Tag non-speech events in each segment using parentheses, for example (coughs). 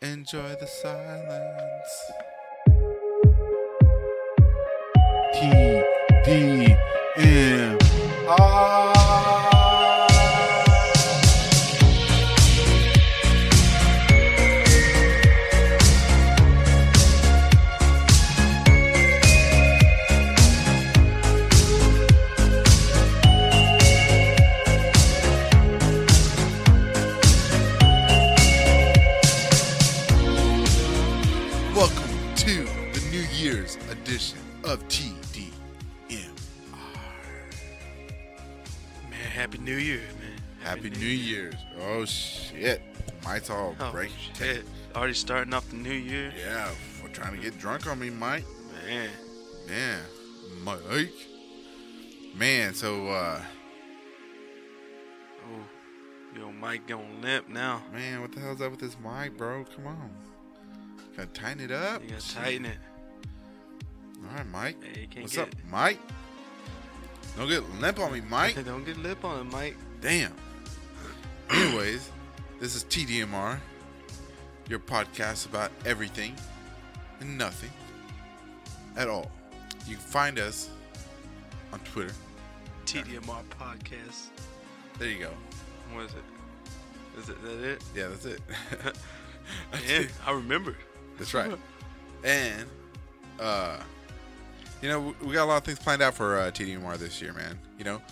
Enjoy the silence. T D M R. Welcome to the New Year's edition of TDM. Man, happy New Year, man. Happy New Year's. Oh shit. Might all Oh, break. shit. Already starting off the new year. Yeah, for trying to get drunk on me, Mike. Man, Man, Mike. Man, so uh oh, yo, Mike going limp now. man, what the hell's up with this mic, bro? Come on. Gotta tighten it up. You gotta tighten it. Alright, Mike. Hey, you can't What's get up, Mike? Don't get limp on me, Mike. (laughs) it. Don't get lip on it, Mike. Damn. Anyways, this is TDMR, your podcast about everything and nothing at all. You can find us on Twitter. TDMR podcast. There you go. What is it? Is it that it? Yeah, that's (laughs) it. (laughs) Yeah, I remember. that's right. And uh, you know, we- we got a lot of things planned out for uh, TDMR this year, man. You know,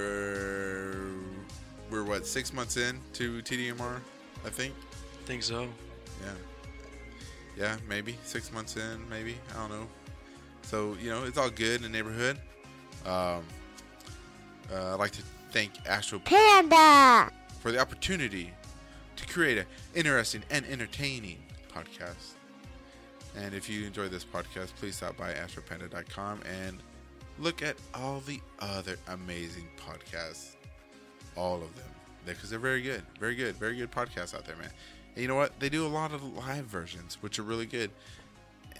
we're we're what six months in to TDMR, I think. Think so. Yeah. Yeah, maybe. Six months in, maybe. I don't know. So, you know, it's all good in the neighborhood. Um, uh, I'd like to thank Astro Panda! for the opportunity to create an interesting and entertaining podcast. And if you enjoy this podcast, please stop by astropanda.com and look at all the other amazing podcasts. All of them. Because they're very good. Very good. Very good podcasts out there, man. And you know what? They do a lot of live versions, which are really good.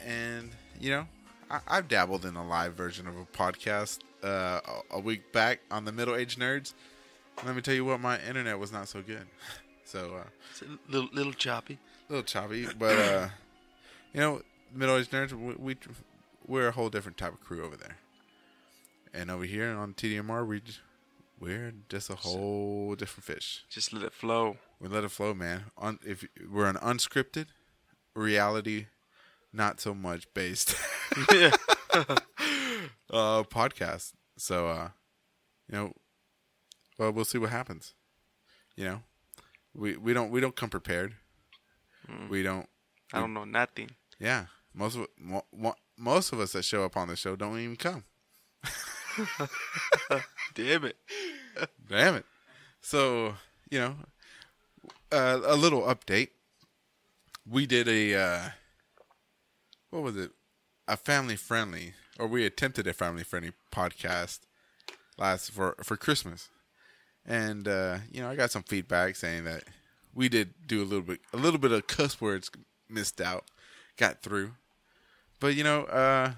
And, you know, I, I've dabbled in a live version of a podcast uh, a- a week back on the Middle Age Nerds. Let me tell you what, my internet was not so good. (laughs) So, uh, It's a little, little choppy. a little choppy, but uh, you know, middle aged nerds, we, we we're a whole different type of crew over there, and over here on TDMR, we just, we're just a whole different fish. Just let it flow. We let it flow, man. On if we're an unscripted reality, not so much based (laughs) yeah. uh podcast. So, uh, you know, well, we'll see what happens. You know, we we don't we don't come prepared. We don't I don't know nothing. Yeah, most of mo- mo- most of us that show up on the show don't even come. Damn it. Damn it! So you know, uh, a little update. We did a uh, what was it? A family friendly, or we attempted a family friendly podcast last for for Christmas, and uh, you know I got some feedback saying that we did do a little bit a little bit of cuss words missed out, got through, but you know uh,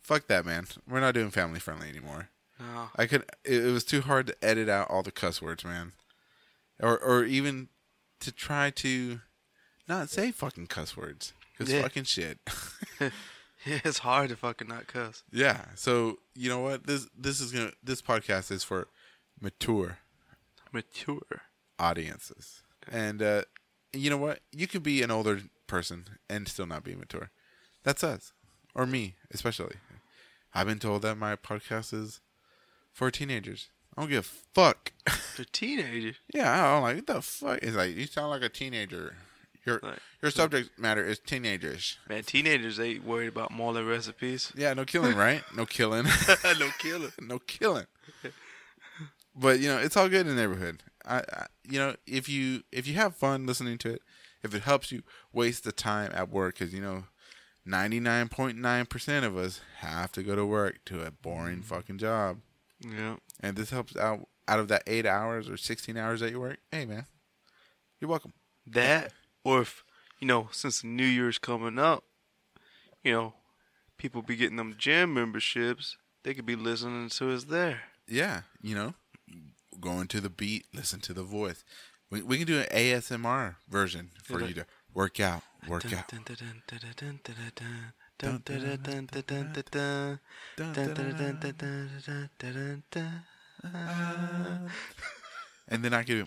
fuck that man, we're not doing family friendly anymore. No. I could. It, it was too hard to edit out all the cuss words, man, or or even to try to not say fucking cuss words. It's Yeah. fucking shit. (laughs) (laughs) Yeah, it's hard to fucking not cuss. yeah. So you know what? This this is gonna. This podcast is for mature Mature. audiences, and uh, you know what? You could be an older person and still not be mature. That's us, or me especially. I've been told that my podcast is for teenagers. I don't give a fuck. For teenagers. Yeah, I'm like, what the fuck? It's like you sound like a teenager. Your Like- your subject matter is teenagers. Man, teenagers, they worried about more than recipes. Yeah, no killing, right? No killing, (laughs) no killer. no killing. But you know, it's all good in the neighborhood. I, I, you know, if you if you have fun listening to it, if it helps you waste the time at work, because you know, ninety nine point nine percent of us have to go to work to a boring fucking job, Yeah. and this helps out out of that eight hours or sixteen hours that you work. Hey, man, you're welcome. That, or if, you know, since New Year's coming up, you know, people be getting them gym memberships, they could be listening to us there. yeah, you know, going to the beat, listen to the voice. We, we can do an ASMR version for Yeah, you to Work out. Work out. Workout. And then I could do.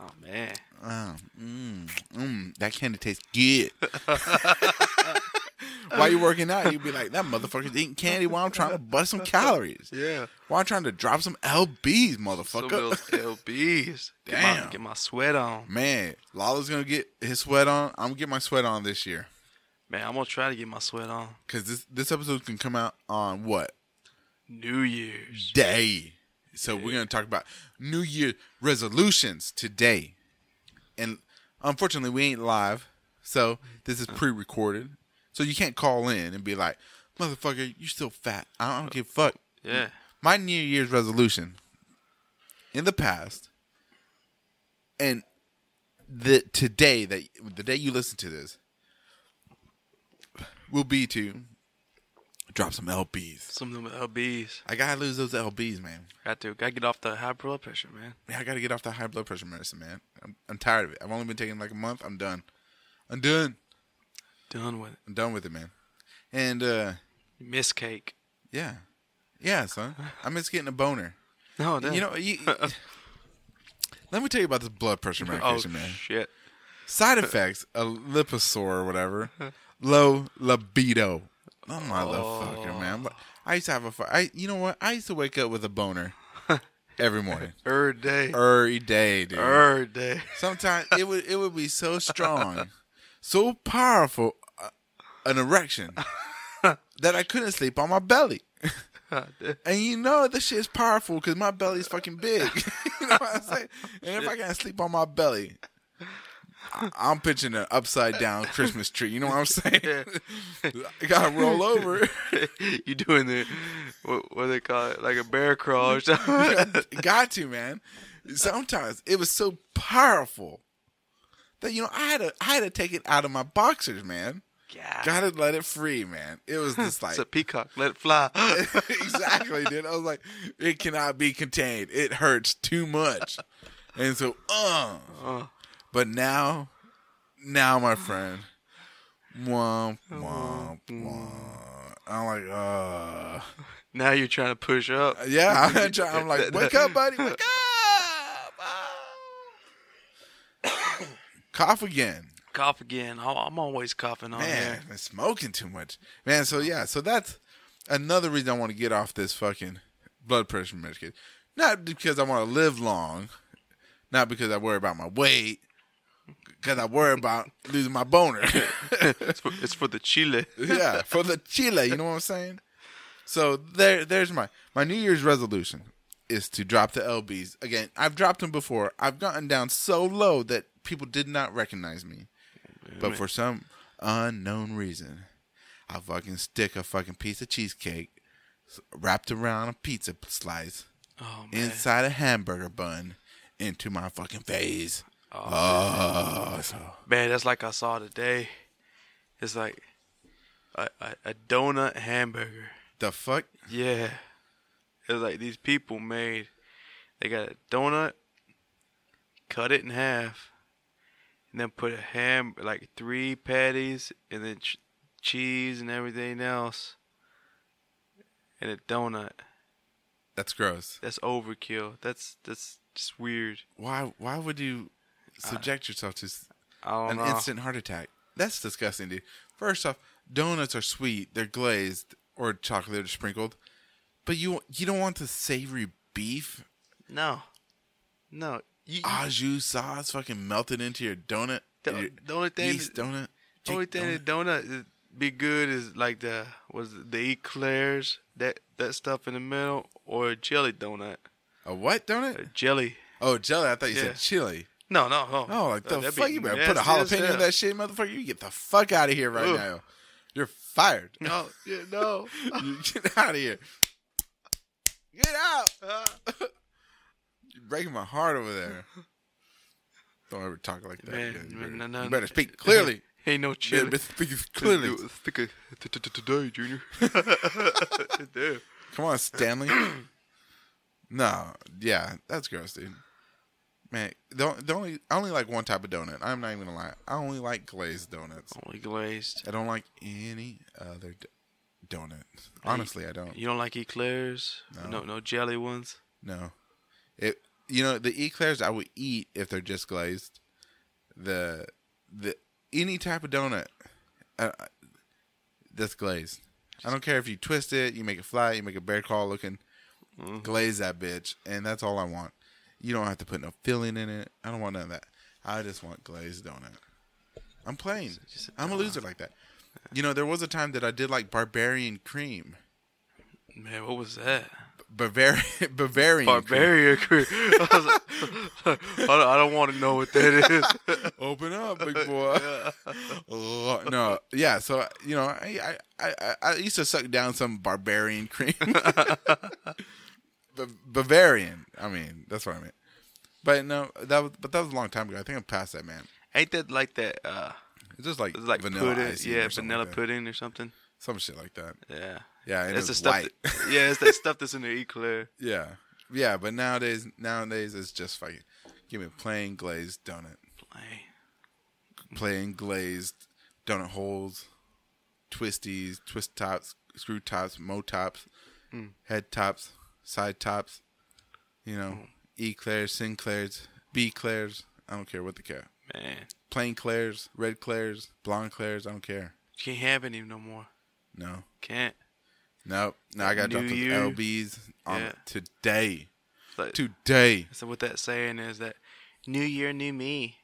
Oh man. Um, mm, mm, that candy tastes good. (laughs) While you're working out, you'd be like, that motherfucker's eating candy while I'm trying to bust some calories. Yeah. While I'm trying to drop some LBs, motherfucker. Some of those LBs. Get Damn. My, get my sweat on. Man, Lala's gonna get his sweat on. I'm gonna get my sweat on this year Man, I'm gonna try to get my sweat on. because this this episode can come out on what New Year's. day? So we're gonna talk about New Year resolutions today, and unfortunately we ain't live, so this is pre-recorded. So you can't call in and be like, "Motherfucker, you still fat." I don't give a fuck. Yeah. my New Year's resolution in the past and the today that the day you listen to this will be to drop some LBs. Some of them LBs. I gotta lose those LBs, man. Got to. Got to get off the high blood pressure, man. Man, I gotta get off that high blood pressure medicine, man. I'm, I'm tired of it. I've only been taking like a month. I'm done. I'm done. Done with it. I'm done with it, man. And uh Miss cake. yeah, yeah, son. I'm just getting a boner. No, damn. You know, you, let me tell you about this blood pressure Oh medication, man. shit. Side effects: a liposore or whatever, low libido. Oh my motherfucker, man! I used to have a. fu- I you know what? I used to wake up with a boner every morning, Every day. every day, dude. Every day. Sometimes it would it would be so strong, so powerful, uh, an erection that I couldn't sleep on my belly. And you know this shit is powerful because my belly's fucking big. (laughs) you know what I'm saying? And if I can't sleep on my belly, I- I'm pitching an upside down Christmas tree. You know what I'm saying? I (laughs) gotta roll over. (laughs) you doing the what, what they call it, like a bear crawl (laughs) or something. Got to man. Sometimes it was so powerful that you know I had to I had to take it out of my boxers, man. (laughs) yeah. Gotta let it free, man. It was just like It's a peacock. Let it fly. (laughs) (laughs) exactly, dude. I was like, it cannot be contained. It hurts too much. And so, uh. But now, now, my friend, womp, Uh, womp, womp. I'm like, uh. now you're trying to push up. Yeah, (laughs) I'm, trying, I'm like, wake up, buddy, wake up. (laughs) Ah. Cough again. Cough again. I- I'm always coughing on Man, here. I've been smoking too much. Man, so yeah, so that's another reason I want to get off this fucking blood pressure medication. Not because I want to live long, not because I worry about my weight, because I worry about losing my boner. (laughs) It's for, it's for the Oh, chile. yeah, for the chile, you know what I'm saying? So there there's my my New Year's resolution is to drop the LBs. Again, I've dropped them before. I've gotten down so low that people did not recognize me. But for some unknown reason, I fucking stick a fucking piece of cheesecake s- wrapped around a pizza slice Oh man. inside a hamburger bun into my fucking face. Oh, so Man, that's like I saw today. It's like a, a, a donut hamburger. the fuck? Yeah. It's like these people made, they got a donut, cut it in half, and then put a ham, like three patties, and then ch- cheese and everything else, and a donut. That's gross. That's overkill. That's that's just weird. Why? Why would you subject yourself to s- I don't an know. instant heart attack? That's disgusting, dude. First off, donuts are sweet; they're glazed or chocolate or sprinkled, but you you don't want the savory beef No, no. You, au jus sauce fucking melted into your donut. The- your the only thing yeast that- donut. The only Jake thing donut. that donut is- be good is like the was it the eclairs that that stuff in the middle or a jelly donut. a what A donut? jelly. Oh, jelly. I thought you Uh, Yeah. said chili. No, no, no. Oh, like the That'd be fuck! You better put a nasty as jalapeno hell. in that shit, motherfucker. You get the fuck out of here right Ugh. now. You're fired. (laughs) No, Oh, yeah, (laughs) no. You get out of here. Get out. (laughs) You're breaking my heart over there. Don't ever talk like that. Man, again. you, man, better, no, no, you better no. speak (laughs) clearly. Ain't no You chili. better speak clearly. Think of (laughs) t- (laughs) t- t- today, Junior. Damn. (clears throat) Come on, Stanley. No, yeah, that's gross, dude. Man, the, on- the only I only like one type of donut. I'm not even gonna lie. I only like glazed donuts. Only glazed. I don't like any other d- donut. Honestly, I don't. You don't like eclairs? No, no, jelly ones. No, it. You know the eclairs I would eat if they're just glazed. The the any type of donut uh, uh, that's glazed. I don't care if you twist it, you make it flat, you make a bear crawl looking. Mm-hmm. Glaze that bitch, and that's all I want. You don't have to put no filling in it. I don't want none of that. I just want glazed donut. I'm plain. just a I'm a loser like that. You know, there was a time that I did like barbarian cream, Man, what was that? Bavarian, (laughs) Bavarian, cream. Barbarian cream. (laughs) I, was like, (laughs) I don't, I don't want to know what that is. Open up, big boy. Oh, no, yeah. So you know, I, I I I used to suck down some barbarian (laughs) cream. (laughs) Ba- Bavarian. I mean, that's what I meant. But no, that was but that was a long time ago. I think I'm past that, man. (laughs) Ain't that like that? Uh, It's just like it's like vanilla pudding. icing Yeah, or something vanilla like that. pudding or something. some shit like that. Yeah. Yeah, and That's it's the just stuff. white. that- yeah, it's (laughs) that stuff that's in the eclair. (laughs) yeah, yeah. But nowadays, nowadays it's just fucking give me a plain glazed donut, Plain. plain glazed donut holes, twisties, twist tops, screw tops, mo tops, Hmm. head tops, side tops. You know, Hmm. Eclairs, Sinclairs, B Clairs. I don't care what they care. Man, Plain Clairs, red Clairs, blonde Clairs. I don't care. you can't have any no more. No. Can't. Nope. No, I got New dumped with year. LBs on Yeah. today. It's like, Today. So what that saying is that New Year, New Me.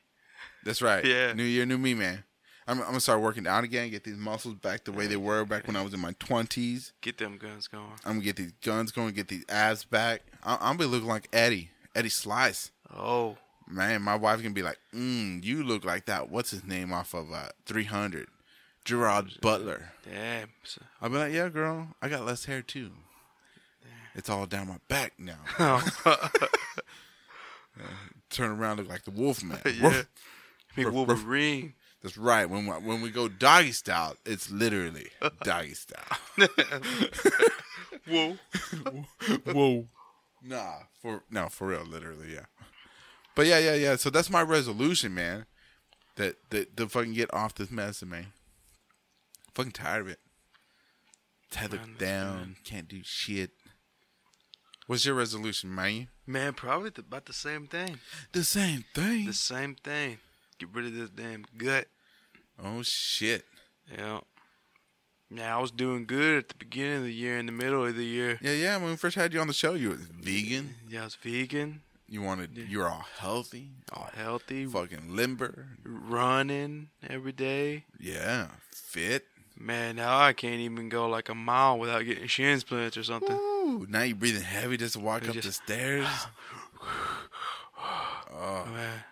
That's right. Yeah. New year, new me, man. I'm, I'm gonna start working out again. Get these muscles back the way they were back when I was in my twenties. Get them guns going. I'm gonna get these guns going. Get these abs back. I, I'm gonna be looking like Eddie. Eddie Slice. Oh, Man, my wife can be like, mm, "You look like that. What's his name off of uh, 300? Gerard Butler." damn. So- (laughs) I'll be like, "Yeah, girl. I got less hair too. It's all down my back now." oh, turn around look like the wolf man. (laughs) yeah. Big Ruff, ruff. Wolverine. That's right. When we- when we go doggy style, it's literally doggy style. Whoa. (laughs) Whoa. Nah, for no, for real, literally, yeah. But yeah, yeah, yeah. So that's my resolution, man. That that to fucking get off this medicine, man. Fucking tired of it. Tethered down, can't do shit. What's your resolution, man? Man, probably the, about the same thing. The same thing. The same thing. Get rid of this damn gut. oh shit. Yeah. Now I was doing good at the beginning of the year, in the middle of the year. Yeah, yeah. When we first had you on the show, you was vegan. Yeah, I was vegan, You wanted. You were all healthy, all healthy, fucking limber. running every day. Yeah, fit. Man, now I can't even go like a mile without getting shin splints or something. Ooh, now you're breathing heavy just to walk up the just- stairs. Man.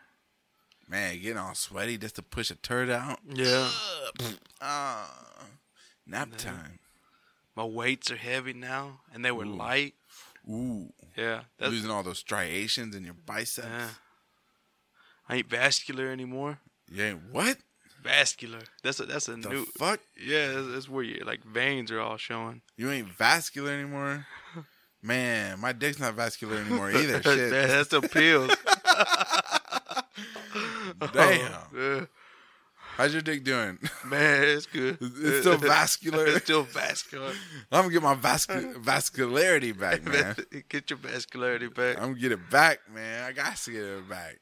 Man, getting all sweaty just to push a turd out. Yeah. Ah, nap time. My weights are heavy now, and they were light. Ooh, Yeah, that's, losing all those striations in your biceps. yeah. I ain't vascular anymore. You ain't what Vascular. That's a that's a the new. fuck? yeah, that's, that's where your like veins are all showing. You ain't vascular anymore. (laughs) Man, my dick's not vascular anymore either. That- Shit, that's the pills. (laughs) damn. Yeah. How's your dick doing? (laughs) man, it's good. It's still vascular. (laughs) It's still vascular. I'm gonna get my vascu- (laughs) vascularity back, (laughs) man. Get your vascularity back. I'm gonna get it back, man. I got to get it back.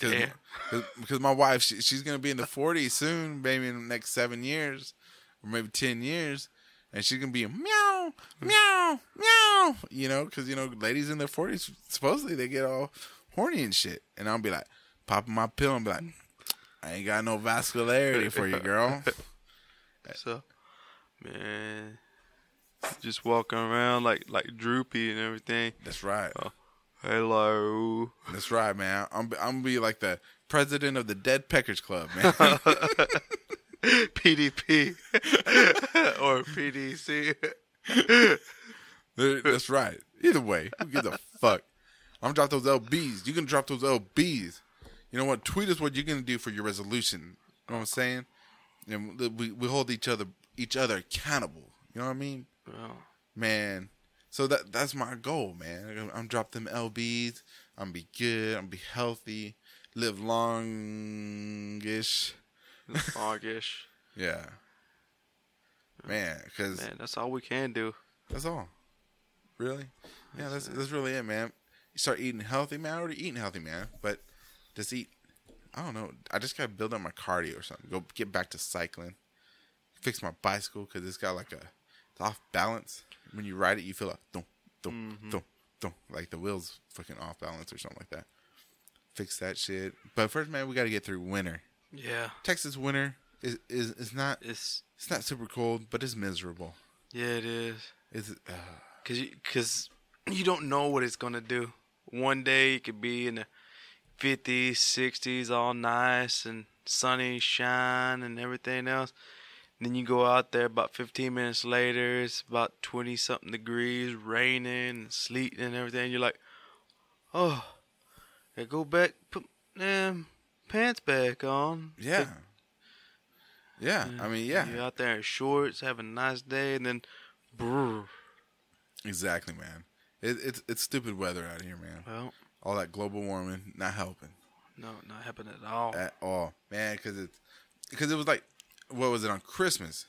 Cause, Yeah. cause, 'cause my wife, she, she's gonna be in the 40s soon, maybe in the next seven years, or maybe 10 years, and she's gonna be meow, meow, meow. You know, cause you know, ladies in their 40s supposedly they get all horny and shit, and I'll be like, popping my pill and be like, I ain't got no vascularity for you, girl. So, man, just walking around like like droopy and everything. That's right. Hello. (laughs) That's right, man. I'm I'm gonna be like the president of the Dead Peckers Club, man. PDP (laughs) or (laughs) PDC. There- That's right. Either way, who gives a fuck? I'm gonna drop those LBs. You can drop those LBs. You know what? Tweet us what you're gonna do for your resolution. You know what I'm saying? And we we hold each other each other accountable. You know what I mean? Well, Man, So that that's my goal, man. I'm, I'm drop them lbs. I'm be good. I'm be healthy. Live longish. Longish. Yeah. Man, because Man, that's all we can do. that's all. Really? Yeah, that's that's really it, man. You start eating healthy, man. I already eating healthy, man. But just eat. I don't know. I just gotta build up my cardio or something. Go get back to cycling. Fix my bicycle because it's got like a it's off balance. When you ride it, you feel like thump, thump, thump, thump, like the wheels fucking off balance or something like that. Fix that shit. But first, man, we gotta get through winter. Yeah. Texas winter is is, is not It's it's not super cold, but it's miserable. yeah, it is. It's uh, Cause you, cause you don't know what it's gonna do. One day it could be in the fifties, sixties, all nice and sunny shine and everything else. And then you go out there about fifteen minutes later, it's about twenty something degrees, raining, and sleet and everything. You're like, oh, I go back, put them pants back on. Yeah. Yeah, I mean, yeah, You're out there in shorts, having a nice day, and then, brr, exactly, man. It, it's it's stupid weather out here, man. well, All that global warming not helping no, not happening at all. at all, man. Because it's because it was like, what was it on Christmas?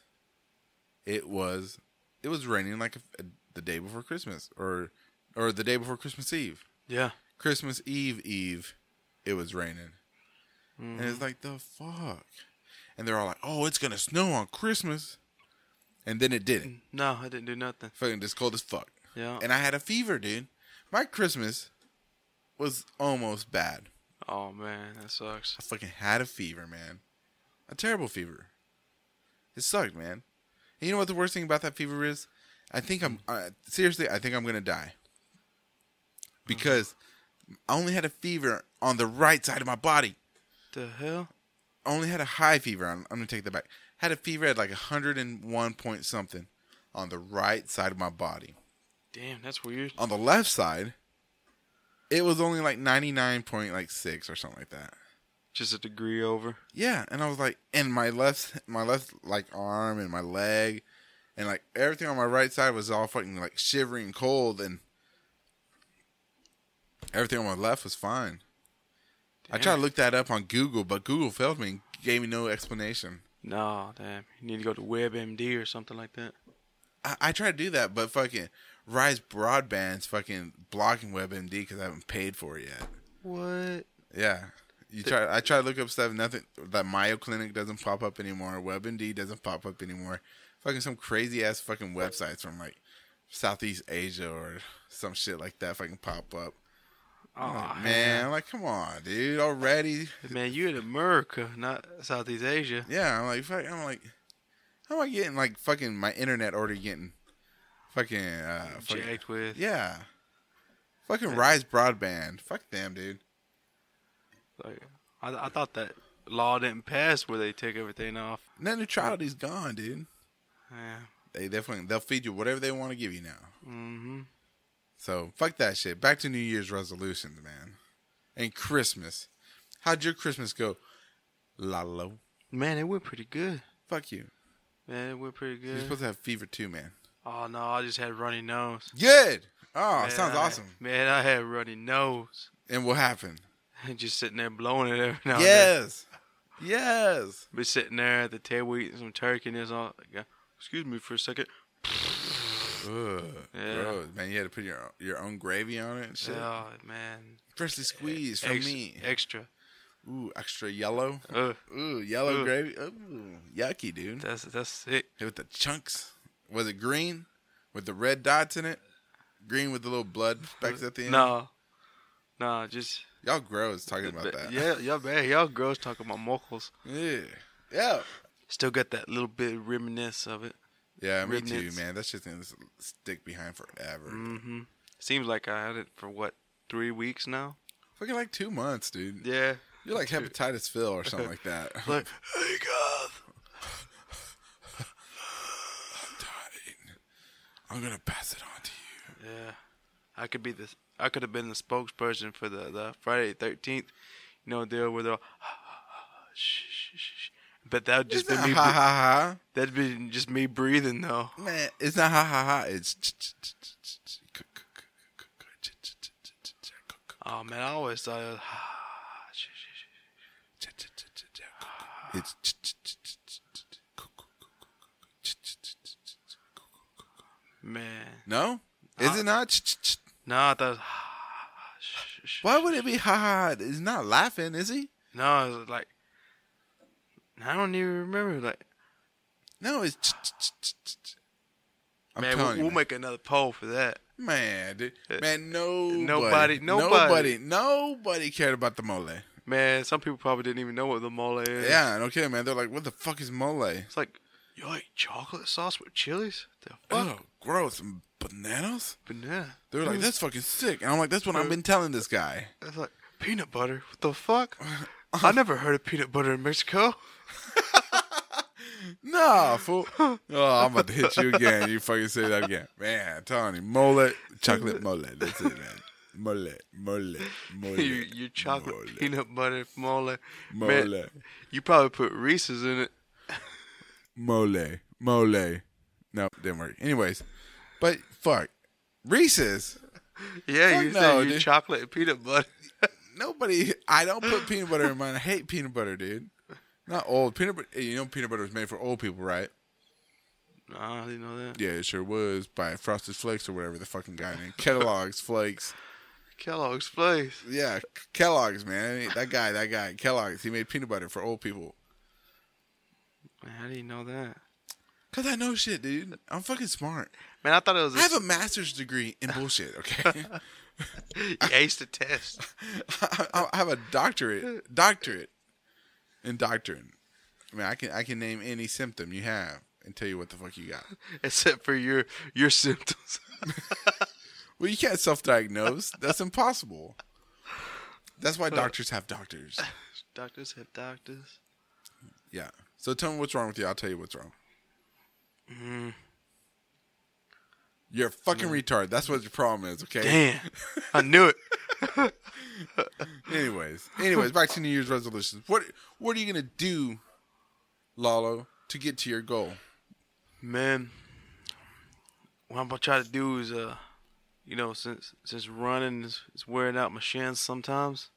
It was it was raining like a, the day before Christmas, or or the day before Christmas Eve. Yeah. Christmas Eve Eve, it was raining. And it's like the fuck. And they're all like, "Oh, it's gonna snow on Christmas," and then it didn't. No, I didn't do nothing. Fucking just cold as fuck. Yeah. (laughs) And I had a fever, dude. My Christmas was almost bad. oh man, that sucks. I fucking had a fever, man. A terrible fever. It sucked, man. And you know what the worst thing about that fever is? I think I'm uh, seriously. I think I'm gonna die because I only had a fever on the right side of my body. The hell? only had a high fever. I'm, I'm gonna take that back. Had a fever at like 101 point something on the right side of my body. Damn, that's weird. On the left side, it was only like 99 point like six or something like that. Just a degree over. Yeah, and I was like, and my left, my left like arm and my leg, and like everything on my right side was all fucking like shivering cold, and everything on my left was fine. I tried to look that up on Google, but Google failed me and gave me no explanation. No, damn. You need to go to WebMD or something like that. I, I try to do that, but fucking Rise Broadband's fucking blocking WebMD because I haven't paid for it yet. What? Yeah, you try. I try to look up stuff. Nothing. That Mayo Clinic doesn't pop up anymore. WebMD doesn't pop up anymore. Fucking some crazy ass fucking websites from like Southeast Asia or some shit like that fucking pop up. Oh Man, like come on, dude, already. Man, you in America, not Southeast Asia. Yeah, I'm like, fuck, I'm like, how am I getting like fucking my internet already getting fucking uh, fucking Jacked with. Yeah. Fucking Rise Broadband. Fuck them, dude. Like, I, I thought that law didn't pass where they took everything off. Net neutrality's gone, dude. Yeah. They definitely they'll feed you whatever they want to give you now. Mm-hmm. So fuck that shit. Back to New Year's resolutions, man. And Christmas. How'd your Christmas go? Lalo. Man, it went pretty good. Fuck you. Man, it went pretty You're good. supposed to have fever too, man. oh no, I just had runny nose. Good. Oh, Man, sounds I- awesome. Man, I had runny nose. And what (laughs) happened? just sitting there blowing it every (laughs) now and then. yes. Yes. Be sitting there at the table eating some turkey and it's all. yeah, Excuse me for a second. Ugh, Yeah. Gross. Man, you had to put your your own gravy on it and shit. Oh man, Freshly squeezed from Ex- me. extra. Ooh, extra yellow. Ugh, Ooh, yellow Ooh. gravy. Ooh, yucky, dude. that's that's sick. Hit with the chunks. Was it green with the red dots in it? Green with the little blood specks at the end. No, no, just y'all gross talking about but- that. yeah, y'all bad. Y'all girls talking about mochels. yeah, yeah, Still got that little bit reminisce of it. yeah. Me too, Remnants. man. That shit's gonna s- stick behind forever. Mm-hmm. Seems like I had it for what three weeks now. Fucking like two months, dude. Yeah. You're like hepatitis Phil or something like that. (laughs) Like, hey God, Dying. I'm gonna pass it on to you. Yeah, I could be the I could have been the spokesperson for (sighs) the the Friday Thirteenth, you know, deal where they're all, shh, shh, shh, shh. but that would just It's not be (laughs) me. ha bre- ha That'd be just me breathing though. ha. Man, it's not ha ha ha. It's. ch- ch- ch- ch- ch- c- c- c- c- c- ch- ch- ch- ch- ch- c- Oh man, I always thought it was. (sighs) Ah, shit, c- ch- ch- ch- ch- ch- c- It's. shit, shit. ch- ch- ch- ch- ch- ch- c- c- c- c- ch- ch- ch- ch- Man, No, Uh, is it not? Ch- ch- ch- no, I thought. It was, (sighs) ah, shit, shit, shit. Why would it be ha ha? ha? He's not laughing, is he? No, it was like. I don't even remember. Like, No, it's. ch- ch- ch- ch- ch- I'm man, we'll, telling you, we'll make another poll for that. man, dude. man, nobody, nobody- nobody, nobody. nobody cared about the mole. Man, some people probably didn't even know what the mole is. Yeah, no kidding, man. They're like, what the fuck is mole? It's like, you like chocolate sauce with chilies? The Oh, fuck? gross. Bananas? Banana. They were like, that's fucking sick. And I'm like, that's what Uh, I've been telling this guy. It's like, peanut butter? What (laughs) the fuck? I never heard of peanut butter in Mexico. (laughs) Nah, fool. Oh, I'm about to hit you again. You fucking say that again. Man, I'm telling you, mole, chocolate mole. That's it, man. Mole, mole, mole. your, your chocolate mole, peanut butter mole. Man, Mole, you probably put Reese's in it. mole, mole. No, didn't work. Anyways, but fuck. Reese's. Yeah, Fuck you no, said your dude. chocolate and peanut butter. (laughs) Nobody, I don't put peanut butter in mine. I hate peanut butter, dude. Not old peanut butter. You know, peanut butter was made for old people, right? nah, I didn't know that. Yeah, it sure was by Frosted Flakes or whatever the fucking guy named Kellogg's Flakes. Kellogg's Place. Yeah, Kellogg's man. I mean, that guy, that guy, Kellogg's. He made peanut butter for old people. Man, how do you know that? Cause I know shit, dude. I'm fucking smart. Man, I thought it was I have a, a master's degree in bullshit. Okay, (laughs) you (laughs) aced the test. (laughs) I, I have a doctorate, doctorate in doctrine. I mean, I can I can name any symptom you have and tell you what the fuck you got. Except for your your symptoms. (laughs) Well, you can't self-diagnose. That's impossible. That's why doctors have doctors. doctors have doctors. Yeah. So tell me what's wrong with you. I'll tell you what's wrong. Mm. You're a fucking retard. That's what your problem is. Okay. Damn. I knew it. Anyways, anyways, back to New Year's resolutions. What What are you gonna do, Lalo, to get to your goal? Man, what I'm gonna try to do is, uh, you know, since since running is, is wearing out my shins sometimes,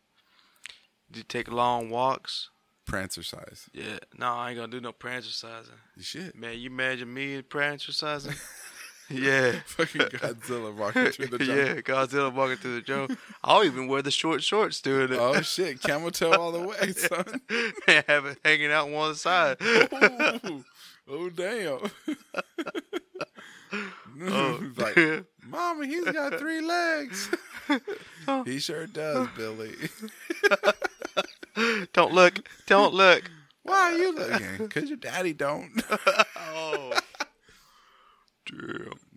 to take long walks. Prancer size. Yeah, no, I ain't gonna do no exercising. You shit. (laughs) Man, you imagine me exercising? yeah, (laughs) Fucking Godzilla walking through the jungle. yeah, Godzilla walking through the jungle. I'll even wear the short shorts doing (laughs) it. Oh shit, camel toe all the way, son. and have it hanging out one side. (laughs) Ooh. (laughs) Oh damn. Oh. He's like, Mama, he's got three (laughs) legs. Oh. he sure does, Billy. (laughs) Don't look. (laughs) Don't look. Why are you looking? Cause your daddy don't. (laughs) Oh.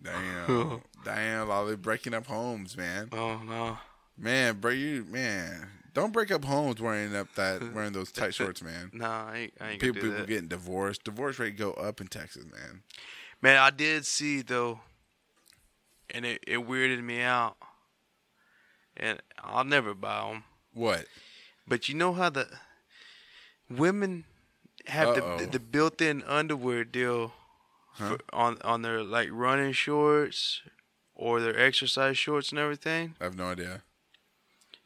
Damn. damn. Damn, Lolly breaking up homes, man. Oh no. Man, bro, you man. Don't break up homes wearing up (laughs) that wearing those tight shorts, man. Nah, I ain't, I ain't People, gonna do people that. getting divorced. Divorce rate go up in Texas, man. Man, I did see though, and it, it weirded me out. And I'll never buy them. What? But you know how the women have Uh-oh. the, the built-in underwear deal for, on on their like running shorts or their exercise shorts and everything. I have no idea.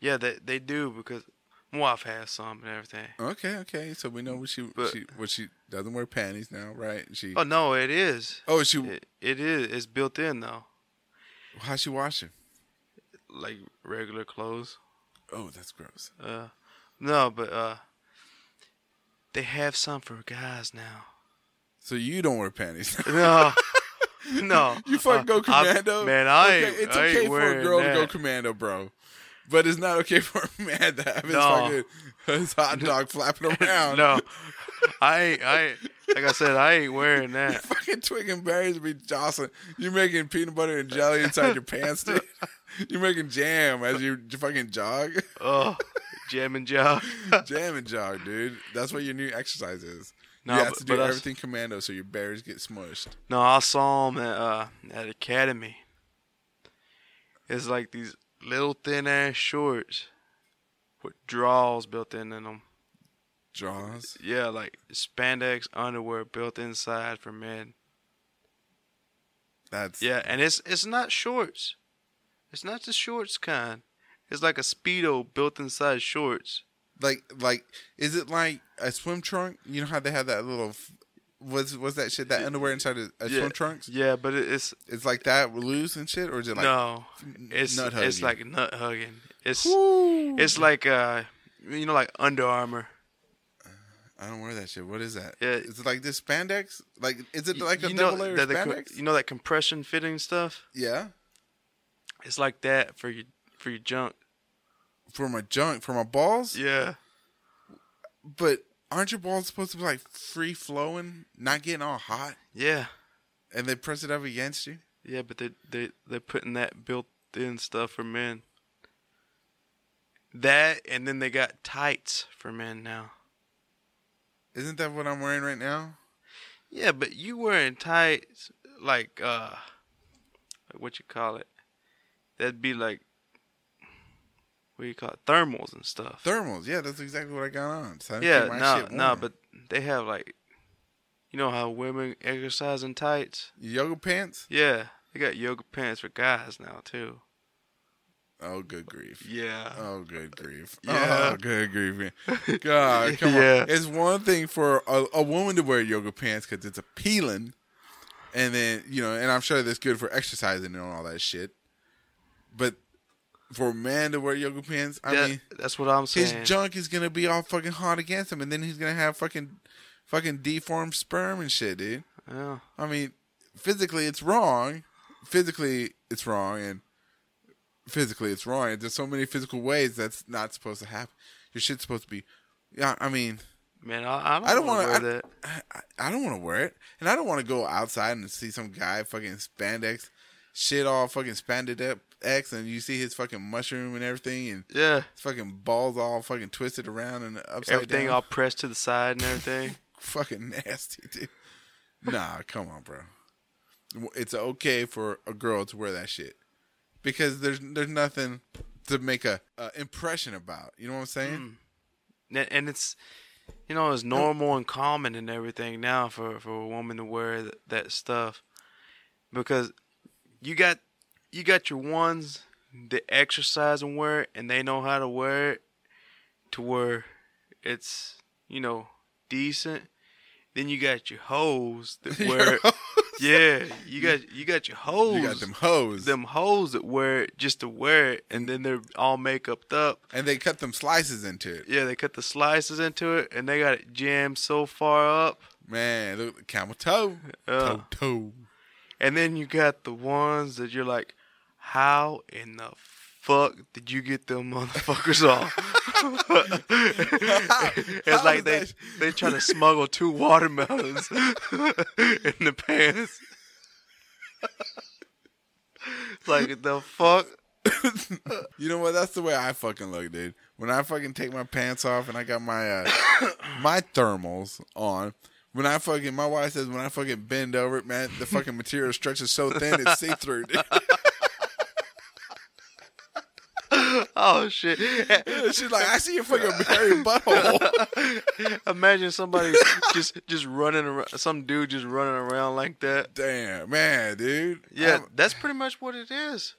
Yeah, they they do because my wife has some and everything. Okay, okay. So we know what she But- she what she doesn't wear panties now, right? She Oh no, it is. oh she It, it is. It's built in though, how she washing? like regular clothes. Oh, that's gross. Uh, no, but uh, they have some for guys (laughs) now. So you don't wear panties. (laughs) No, no. you fucking go Uh, I- commando, man. I Okay, ain't. It's I okay for ain't a wearing girl to that. go commando, bro. But it's not okay (laughs) for a man to have his No. fucking his hot dog flapping around. (laughs) No, (laughs) I ain't. I ain't, like I said, I ain't wearing that. Fucking twig and berries be jostling. You're making peanut butter and jelly inside your pants, dude. (laughs) You're making jam as you fucking jog. (laughs) Oh, jam and (laughs) job. jam and jog, dude. That's what your new exercise is. No, you have but- to do but I s- everything commando so your berries get smushed. No, I saw them at uh, at Academy. It's like these little thin ass shorts with draws built in in them. Jaws. Yeah, like spandex underwear built inside for men. That's Yeah, and it's it's not shorts. It's not the shorts kind. It's like a speedo built inside shorts. like like is it like a swim trunk? You know how they have that little f- was was that shit that underwear inside a, a yeah. swim trunks? Yeah, but it- it's It's like that loose and shit, or is it like no, it's nut it's hugging. like nut hugging. It's Woo! it's like uh, you know, like Under Armour. I don't wear that shit. What is that? Yeah. Is it like this spandex? Like is it like a you double know layer that the co- spandex? you know that compression fitting stuff. yeah. It's like that for your for your junk. For my junk, for my balls. Yeah. But aren't your balls supposed to be like free flowing, not getting all hot, Yeah. and they press it up against you? Yeah, but they they they're putting that built in stuff for men. That and then they got tights for men now. Isn't that what I'm wearing right now? Yeah, but you wearing tights like uh like what you call it? That'd be like what you call it? Thermals and stuff. Thermals. Yeah, that's exactly what I got on. So I keep yeah, my no, shit no, warm. but they have like you know how women exercise in tights? yoga pants. Yeah. They got yoga pants for guys now too. Oh, good grief. Yeah. Oh, good (laughs) grief. Yeah. Oh, good (laughs) grief. man. God, come Yeah. on. It's one thing for a, a woman to wear yoga pants because it's appealing. And then, you know, and I'm sure that's good for exercising and all that shit. But for a man to wear yoga pants, I That- mean, that's what I'm his saying. junk is going to be all fucking hot against him. And then he's going to have fucking, fucking deformed sperm and shit, dude. yeah. I mean, physically it's wrong. Physically it's wrong, and physically it's wrong. And there's so many physical ways that's not supposed to happen. Your shit's supposed to be. Yeah, I mean, Man, I, I don't, I don't want to wanna- wear that. I, I- I don't want to wear it, and I don't want to go outside and see some guy fucking spandex, shit all fucking spanded up X, and you see his fucking mushroom and everything, and Yeah, his fucking balls all fucking twisted around and upside everything down. all pressed to the side and (laughs) everything. fucking (laughs) nasty, dude. Nah, come on, bro. It's okay for a girl to wear that shit because there's there's nothing to make a, a impression about. You know what I'm saying? and, and it's, you know, it's normal and common and everything now for for a woman to wear th- that stuff, because you got you got your ones that exercise and wear it, and they know how to wear it to where it's you know decent. Then you got your hoes (laughs) that (laughs) wear, it. yeah. You got you got your hoes. You got them hoes, them hoes that wear it just to wear it, and then they're all makeuped up. and they cut them slices into it. Yeah, they cut the slices into it, and they got it jammed so far up. Man, look at the camel toe, Yeah. toe, toe. And then you got the ones that you're like, how in the fuck did you get them motherfuckers off? (laughs) How it's like is they that- they trying to smuggle two watermelons (laughs) in the pants. (laughs) like the fuck. You know what? That's the way I fucking look, dude. When I fucking take my pants off and I got my uh, my thermals on, when I fucking my wife says when I fucking bend over it, man, the fucking material stretches so thin it's see through. Oh shit. (laughs) She's like, I see your fucking hairy butthole. (laughs) Imagine somebody just just running around, some dude just running around like that. Damn, man, dude. Yeah, I'm- that's pretty much what it is.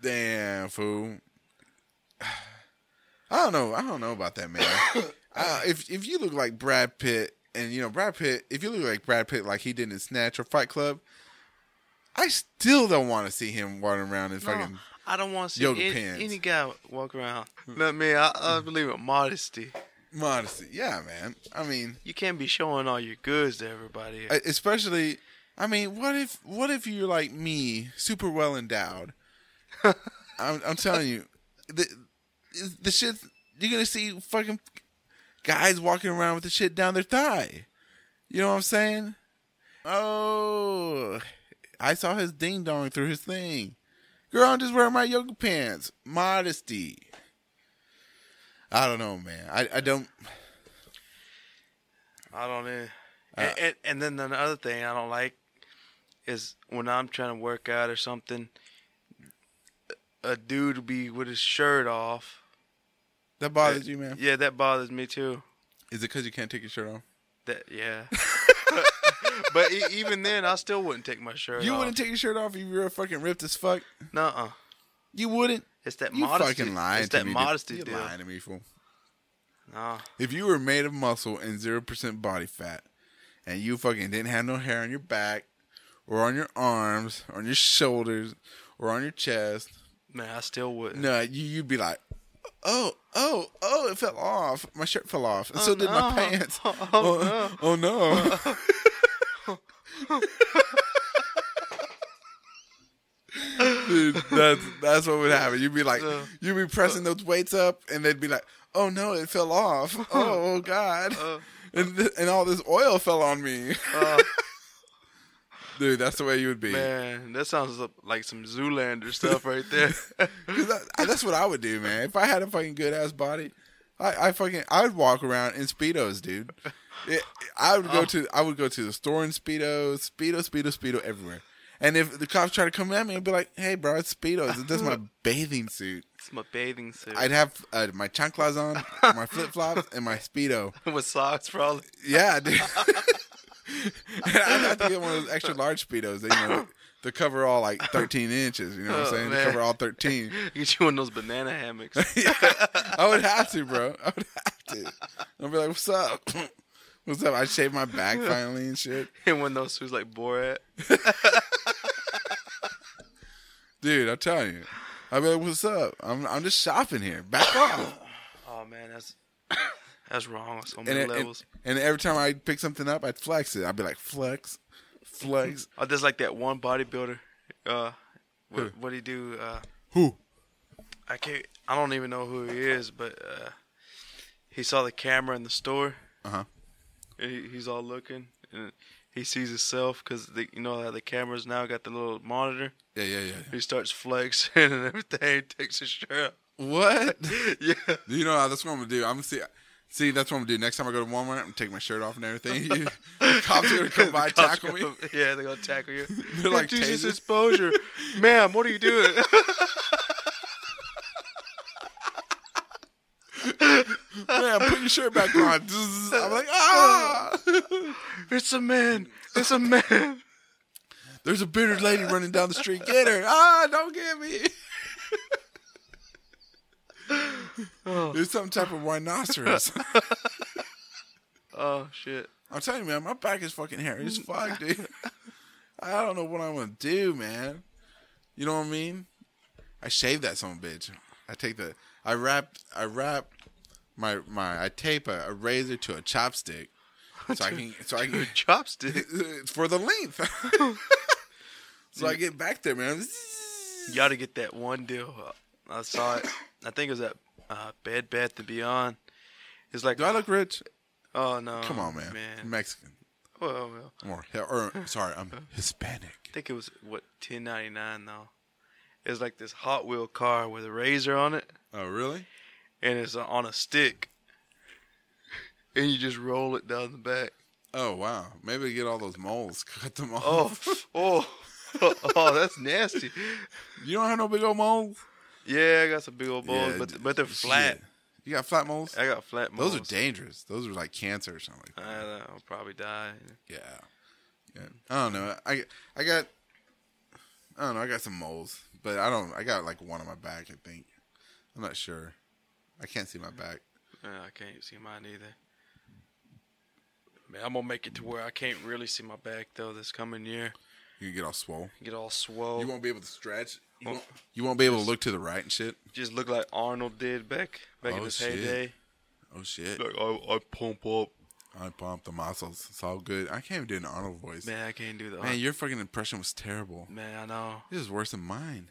damn, fool. (sighs) I don't know. I don't know about that, man. uh, if if you look like Brad Pitt, and you know Brad Pitt, if you look like Brad Pitt, like he did in Snatch or Fight Club, I still don't want to see him walking around in No, fucking. I don't want to see yoga any, pants. Hmm. any guy walk around. Not me. I, I believe in modesty. Modesty, yeah, man. I mean, You can't be showing all your goods to everybody. e- especially, I mean, what if what if you're like me, super well (laughs) endowed? I'm, I'm telling you, the the shit you're gonna see fucking guys walking around with the shit down their thigh. You know what I'm saying? Oh, I saw his ding dong through his thing. Girl, I'm just wearing my yoga pants. Modesty. I don't know, man. I, I don't. I don't know. And, and, and then another thing I don't like is when I'm trying to work out or something, a dude will be with his shirt off. That bothers you, man. Yeah, that bothers me too. Uh, Is it because you can't take your shirt off? That (laughs) yeah. but e- even then, I still wouldn't take my shirt. You off. wouldn't take your shirt off if you were fucking ripped as fuck. Nuh-uh. You wouldn't. It's that You modesty. fucking lying it's to that me. dude. modesty You're deal. lying to me, fool. Nah. If you were made of muscle and zero percent body fat, and you fucking didn't have no hair on your back, or on your arms, or on your shoulders, or on your chest, Man, I still wouldn't. no, you you'd be like, oh, oh, oh, it fell off. My shirt fell off, and so Oh, did my no. pants. (laughs) Oh, oh, oh, no. Dude, that's that's what would happen. You'd be like, No. you'd be pressing those weights up, and they'd be like, "Oh no, it fell off! (laughs) Oh, oh God!" Uh, and th- and all this oil fell on me, uh, dude. That's the way you would be. man, that sounds like some Zoolander stuff right (laughs) there. 'Cause that- I- that's what I would do, man. If I had a fucking good ass body, I, I fucking I'd walk around in speedos, dude. It, I would go Oh. to I would go to the store in speedos, speedo, speedo, speedo everywhere. And if the cops try to come at me, I'd be like, "Hey, bro, it's speedos. That's (laughs) my bathing suit. it's my bathing suit I'd have uh, my chanclas on, my flip flops, and my speedo. (laughs) with socks, probably. Yeah, dude. (laughs) And I'd have to get one of those extra large speedos. That, you know, to cover all like 13 inches. You know what I'm Oh, saying? To man. cover all 13. Get you one of those banana hammocks. (laughs) Yeah, I would have to, bro. I would have to. I'd be like, "What's up? What's up?" I'd shave my back finally and shit, and one of those suits like Borat. dude. I'm telling you, I'd be like, "What's up?" I'm I'm just shopping here. (coughs) Back off. Oh man, that's that's wrong on so And, many it- and levels. and every time I pick something up, I'd flex it. I'd be like, "Flex, flex." oh, there's like that one bodybuilder. Uh, what what he do? Uh, Who? I can't. I don't even know who he is, but uh, he saw the camera in the store. Uh huh. And he, he's all looking, and he sees himself because you know how the cameras now got the little monitor. Yeah, yeah, yeah. He starts flexing (laughs) and everything. Takes his shirt. What? off. (laughs) yeah. You know how that's what I'm gonna do. I'm gonna see. See, that's what I'm gonna do. Next time I go to Walmart, I'm gonna take my shirt off and everything. the (laughs) cops are gonna come by, (laughs) The cops tackle me. come- (laughs) Yeah, they're gonna tackle you. (laughs) They're like, "Dude, this "Taser." (laughs) exposure, ma'am. What are you doing? (laughs) Man, put your shirt back (laughs) on. Zzz. I'm like, ah! it's a man. It's (laughs) a man. There's a bearded lady running down the street. Get her! Ah, don't get me! Oh, There's some type of rhinoceros. (laughs) oh shit. (laughs) I'm telling you, man, my back is fucking hairy as fuck, dude. I don't know what I'm gonna do, man. You know what I mean? I shave that son of a bitch. I take the, I wrap, I wrap my my, I tape a, a razor to a chopstick, so I can, so I can (laughs) Chopstick. for the length. (laughs) so I get back there, man. You ought to get that one deal. I saw it. I think it was at uh, Bed Bath and Beyond. It's like, Do I look rich? oh no, Come on, man. Mexican Well, well, I or or sorry, I'm (laughs) Hispanic. think it was what ten ninety nine though. It's like this Hot Wheel car with a razor on it, Oh, really? and it's uh, on a stick, and you just roll it down the back. Oh, wow. Maybe get all those moles, (laughs) cut them off. Oh, (laughs) oh, oh, that's nasty. you don't have no big old moles. Yeah, I got some big old balls, Yeah, but d- but they're flat. Shit. You got flat moles? I got flat. Those are balls. dangerous. Those are like cancer or something. Like that. I don't know, I'll probably die. Yeah. yeah. I don't know. I I got. I don't know. I got some moles, but I don't. I got like one on my back. I think. I'm not sure. I can't see my back. Uh, I can't see mine either. Man, I'm gonna make it to where I can't really see my back though this coming year. You can get all swole. Get all swole. You won't be able to stretch. You Oh. won't, you won't be able to look to the right and shit. Just look like Arnold did back back Oh, in his shit. heyday. Oh shit! Like I, I pump up. I pumped the muscles. It's all good. I can't even do an Arnold voice. Man, Man, I can't do that. your fucking impression was terrible. Man, I know. This is worse than mine.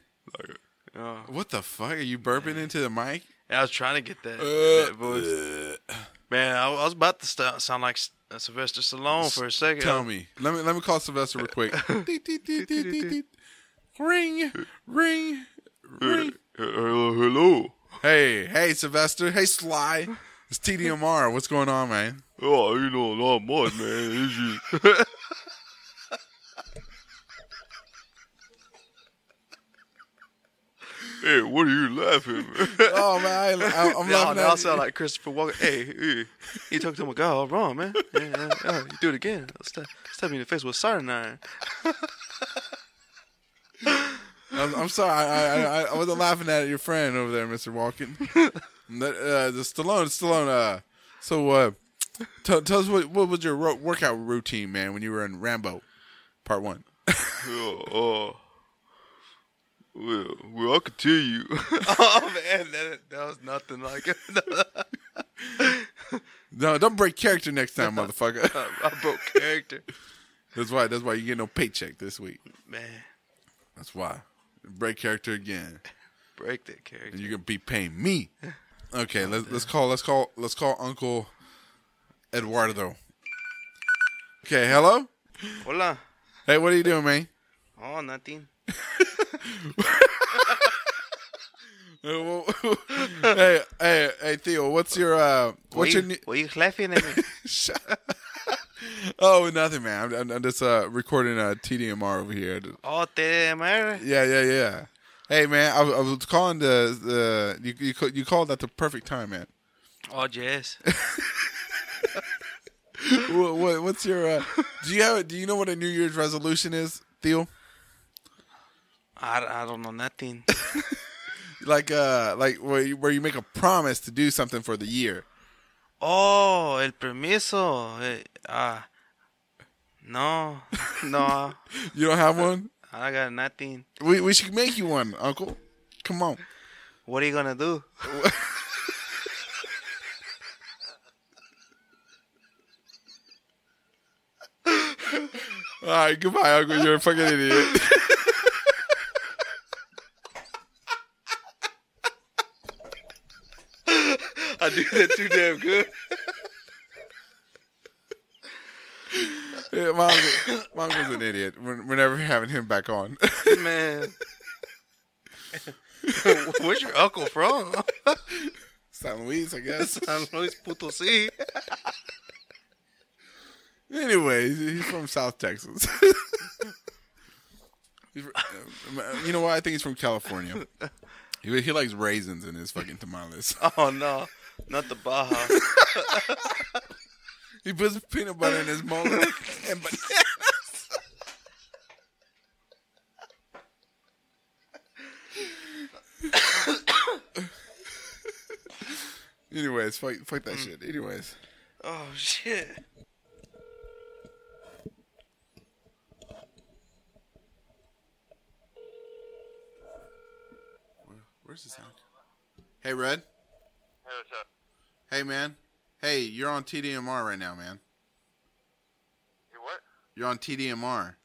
Uh, What the fuck? Are you burping into the mic? I was trying to get that, Uh, that voice. uh, Man, I, I was about to st- sound like S- uh, Sylvester Stallone for a second. Tell me. Let me let me call Sylvester real (laughs) quick. Deet, deet, deet, deet, deet, deet. (laughs) ring, ring, ring. hello, hello. Hey, hey, Sylvester. Hey, Sly. It's TDMR. What's going on, (laughs) man? Oh, you know, not much, man. (laughs) hey, what are you laughing? Oh man, I, I, I'm Yeah, laughing. I'll at sound like Christopher Walken. Hey, eh, you talked to my guy all wrong, man. Yeah, yeah, yeah, you do it again. I'll stab, stab me in the face with a soldering iron. I'm, I'm sorry, I, I, I, I wasn't laughing at your friend over there, Mister Walken. That, uh, the Stallone, Stallone. Uh, so, uh, tell tell us what what was your ro- workout routine, man, when you were in Rambo, Part One. Oh, oh. Well, well, I could tell you. (laughs) oh man, that, that was nothing like it. (laughs) No, don't break character next time, motherfucker. (laughs) I broke character. That's why. That's why you get no paycheck this week. Man, That's why. Break character again, break that and character. you're gonna be paying me. Okay, let's let's call let's call let's call Uncle Eduardo. Okay, hello. Hola. Hey, what are you doing, man? Oh, nothing. Uh, well, (laughs) hey, hey, hey, Theo, what's your uh, what's your new- (laughs) Why you laughing at (laughs) me? Shut up. Oh, nothing, man. I'm, I'm, I'm just uh recording a TDMR over here. oh, TDMR. Yeah, yeah, yeah. Hey, man, I, was- I was calling the the you you ca- you called at the perfect time, man. Oh, yes. what, what what's your uh, do you have do you know what a New Year's resolution is, Theo? I, I don't know nothing. Like uh like where you, where you make a promise to do something for the year. Oh, el permiso. Eh, ah, no, (laughs) no, You don't have one? I got nothing. We we should make you one, Uncle. Come on. What are you gonna do? All right, goodbye, Uncle. You're a fucking idiot. I do that too damn good. Yeah, my, uncle, my uncle's an idiot. We're, we're never having him back on. (laughs) Man, (laughs) where's your uncle from? San Luis, I guess. San Luis Potosi. Anyways, he's from South Texas. (laughs) He's fr- um, you know what? I think he's from California. He, he likes raisins in his fucking tamales. Oh no, not the Baja. He puts peanut butter in his (laughs) mole and bananas. Anyways, fuck, fuck that shit. Anyways. Oh shit. Where's the sound? Hey, Red. Hey, man. Hey, you're on TDMR right now, man. You what? You're on TDMR.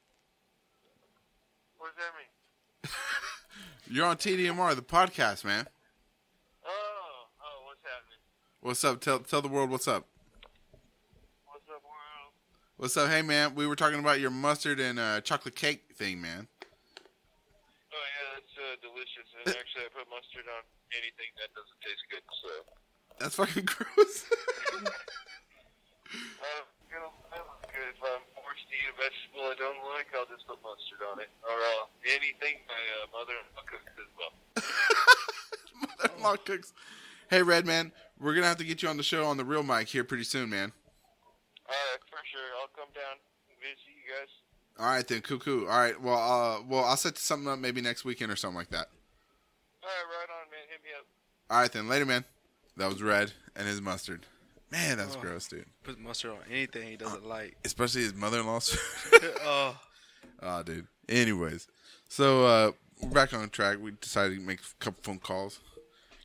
What does that mean? You're on TDMR, the podcast, man. Oh, oh, what's happening? What's up? Tell tell the world what's up. What's up, world? What's up? Hey, man. We were talking about your mustard and uh, chocolate cake thing, man. Oh yeah, that's uh, delicious. And actually, I put mustard on anything that doesn't taste good. So That's fucking (laughs) gross. uh, you know, that was good. If I'm forced to eat a vegetable I don't like, I'll just put mustard on it, or uh, anything my uh, mother cooks as well. Mother-in-law cooks. Hey, Red, man. We're gonna have to get you on the show on the real mic here pretty soon, man. All right, for sure. I'll come down and visit you guys. All right then, cool, cool. All right, well, uh, well, I'll set something up maybe next weekend or something like that. All right, right on, man. Hit me up. All right then, later, man. That was red and his mustard. Man, that's Oh. gross, dude. Put mustard on anything he doesn't like. Especially his mother-in-law's. (laughs) Oh, Ah, dude. Anyways, so uh, we're back on track. We decided to make a couple phone calls,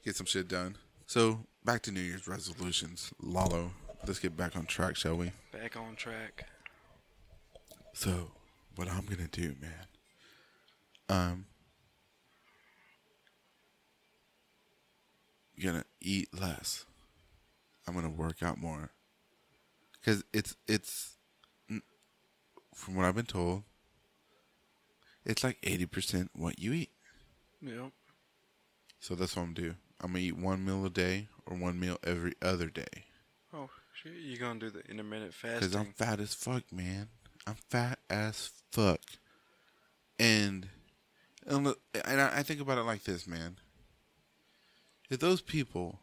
get some shit done. So back to New Year's resolutions, Lalo. Let's get back on track, shall we? back on track. So, what I'm gonna do, man? Um, gonna eat less. I'm gonna work out more. Cause it's it's, n- from what I've been told, it's like eighty percent what you eat. Yep. So that's what I'm gonna do. I'm gonna eat one meal a day or one meal every other day. Oh shit, you gonna do the intermittent Because I'm fasting? fat as fuck, man. I'm fat as fuck. And and, look- and I, I think about it like this, man. if those people,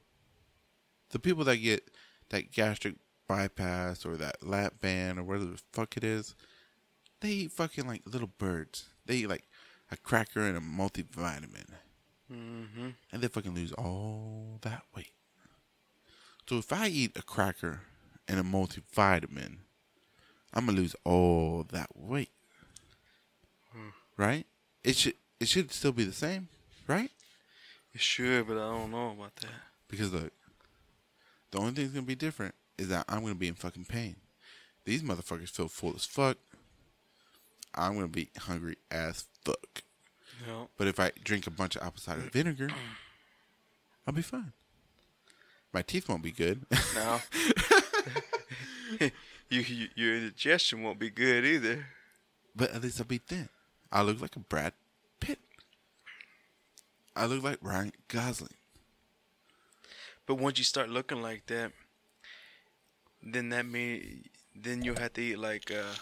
the people that get that gastric bypass or that lap band or whatever the fuck it is, they eat fucking like little birds. They eat like a cracker and a multivitamin. Mm-hmm. And they fucking lose all that weight. So if I eat a cracker and a multivitamin, I'm gonna lose all that weight. Right? It should it should still be the same, right? It should, but I don't know about that. Because look, the only thing that's gonna be different is that I'm gonna be in fucking pain. These motherfuckers feel full as fuck. I'm gonna be hungry as fuck. No. But if I drink a bunch of apple cider vinegar, I'll be fine. My teeth won't be good. (laughs) No. (laughs) you, you, your indigestion won't be good either. But at least I'll be thin. I look like a Brad Pitt. I look like Ryan Gosling. But once you start looking like that, then that mean then you'll have to eat like uh,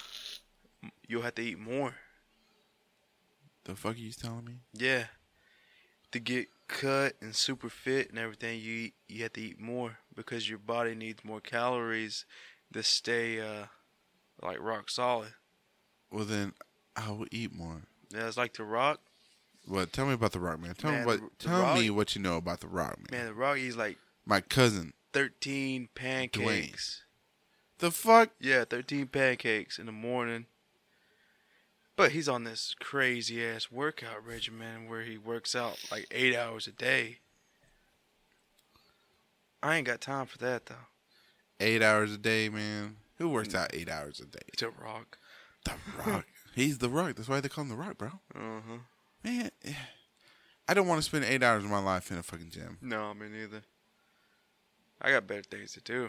you'll have to eat more. The fuck are you telling me? Yeah. To get cut and super fit and everything, you eat, you have to eat more because your body needs more calories to stay uh, like rock solid. Well, then I will eat more. Yeah, it's like the Rock. Well, tell me about The Rock, man. Tell me Man, what. The Rock- tell me what you know about The Rock, man. Man, the Rock eats like My cousin. thirteen pancakes. The fuck? Yeah, thirteen pancakes in the morning. But he's on this crazy ass workout regimen where he works out like eight hours a day. I ain't got time for that though. (laughs) Eight hours a day, man. Who works out eight hours a day? It's a rock. The (laughs) Rock. He's The Rock. That's why they call him The Rock, bro. Uh huh. Man, I don't want to spend eight hours of my life in a fucking gym. No, me neither. I got better things to do.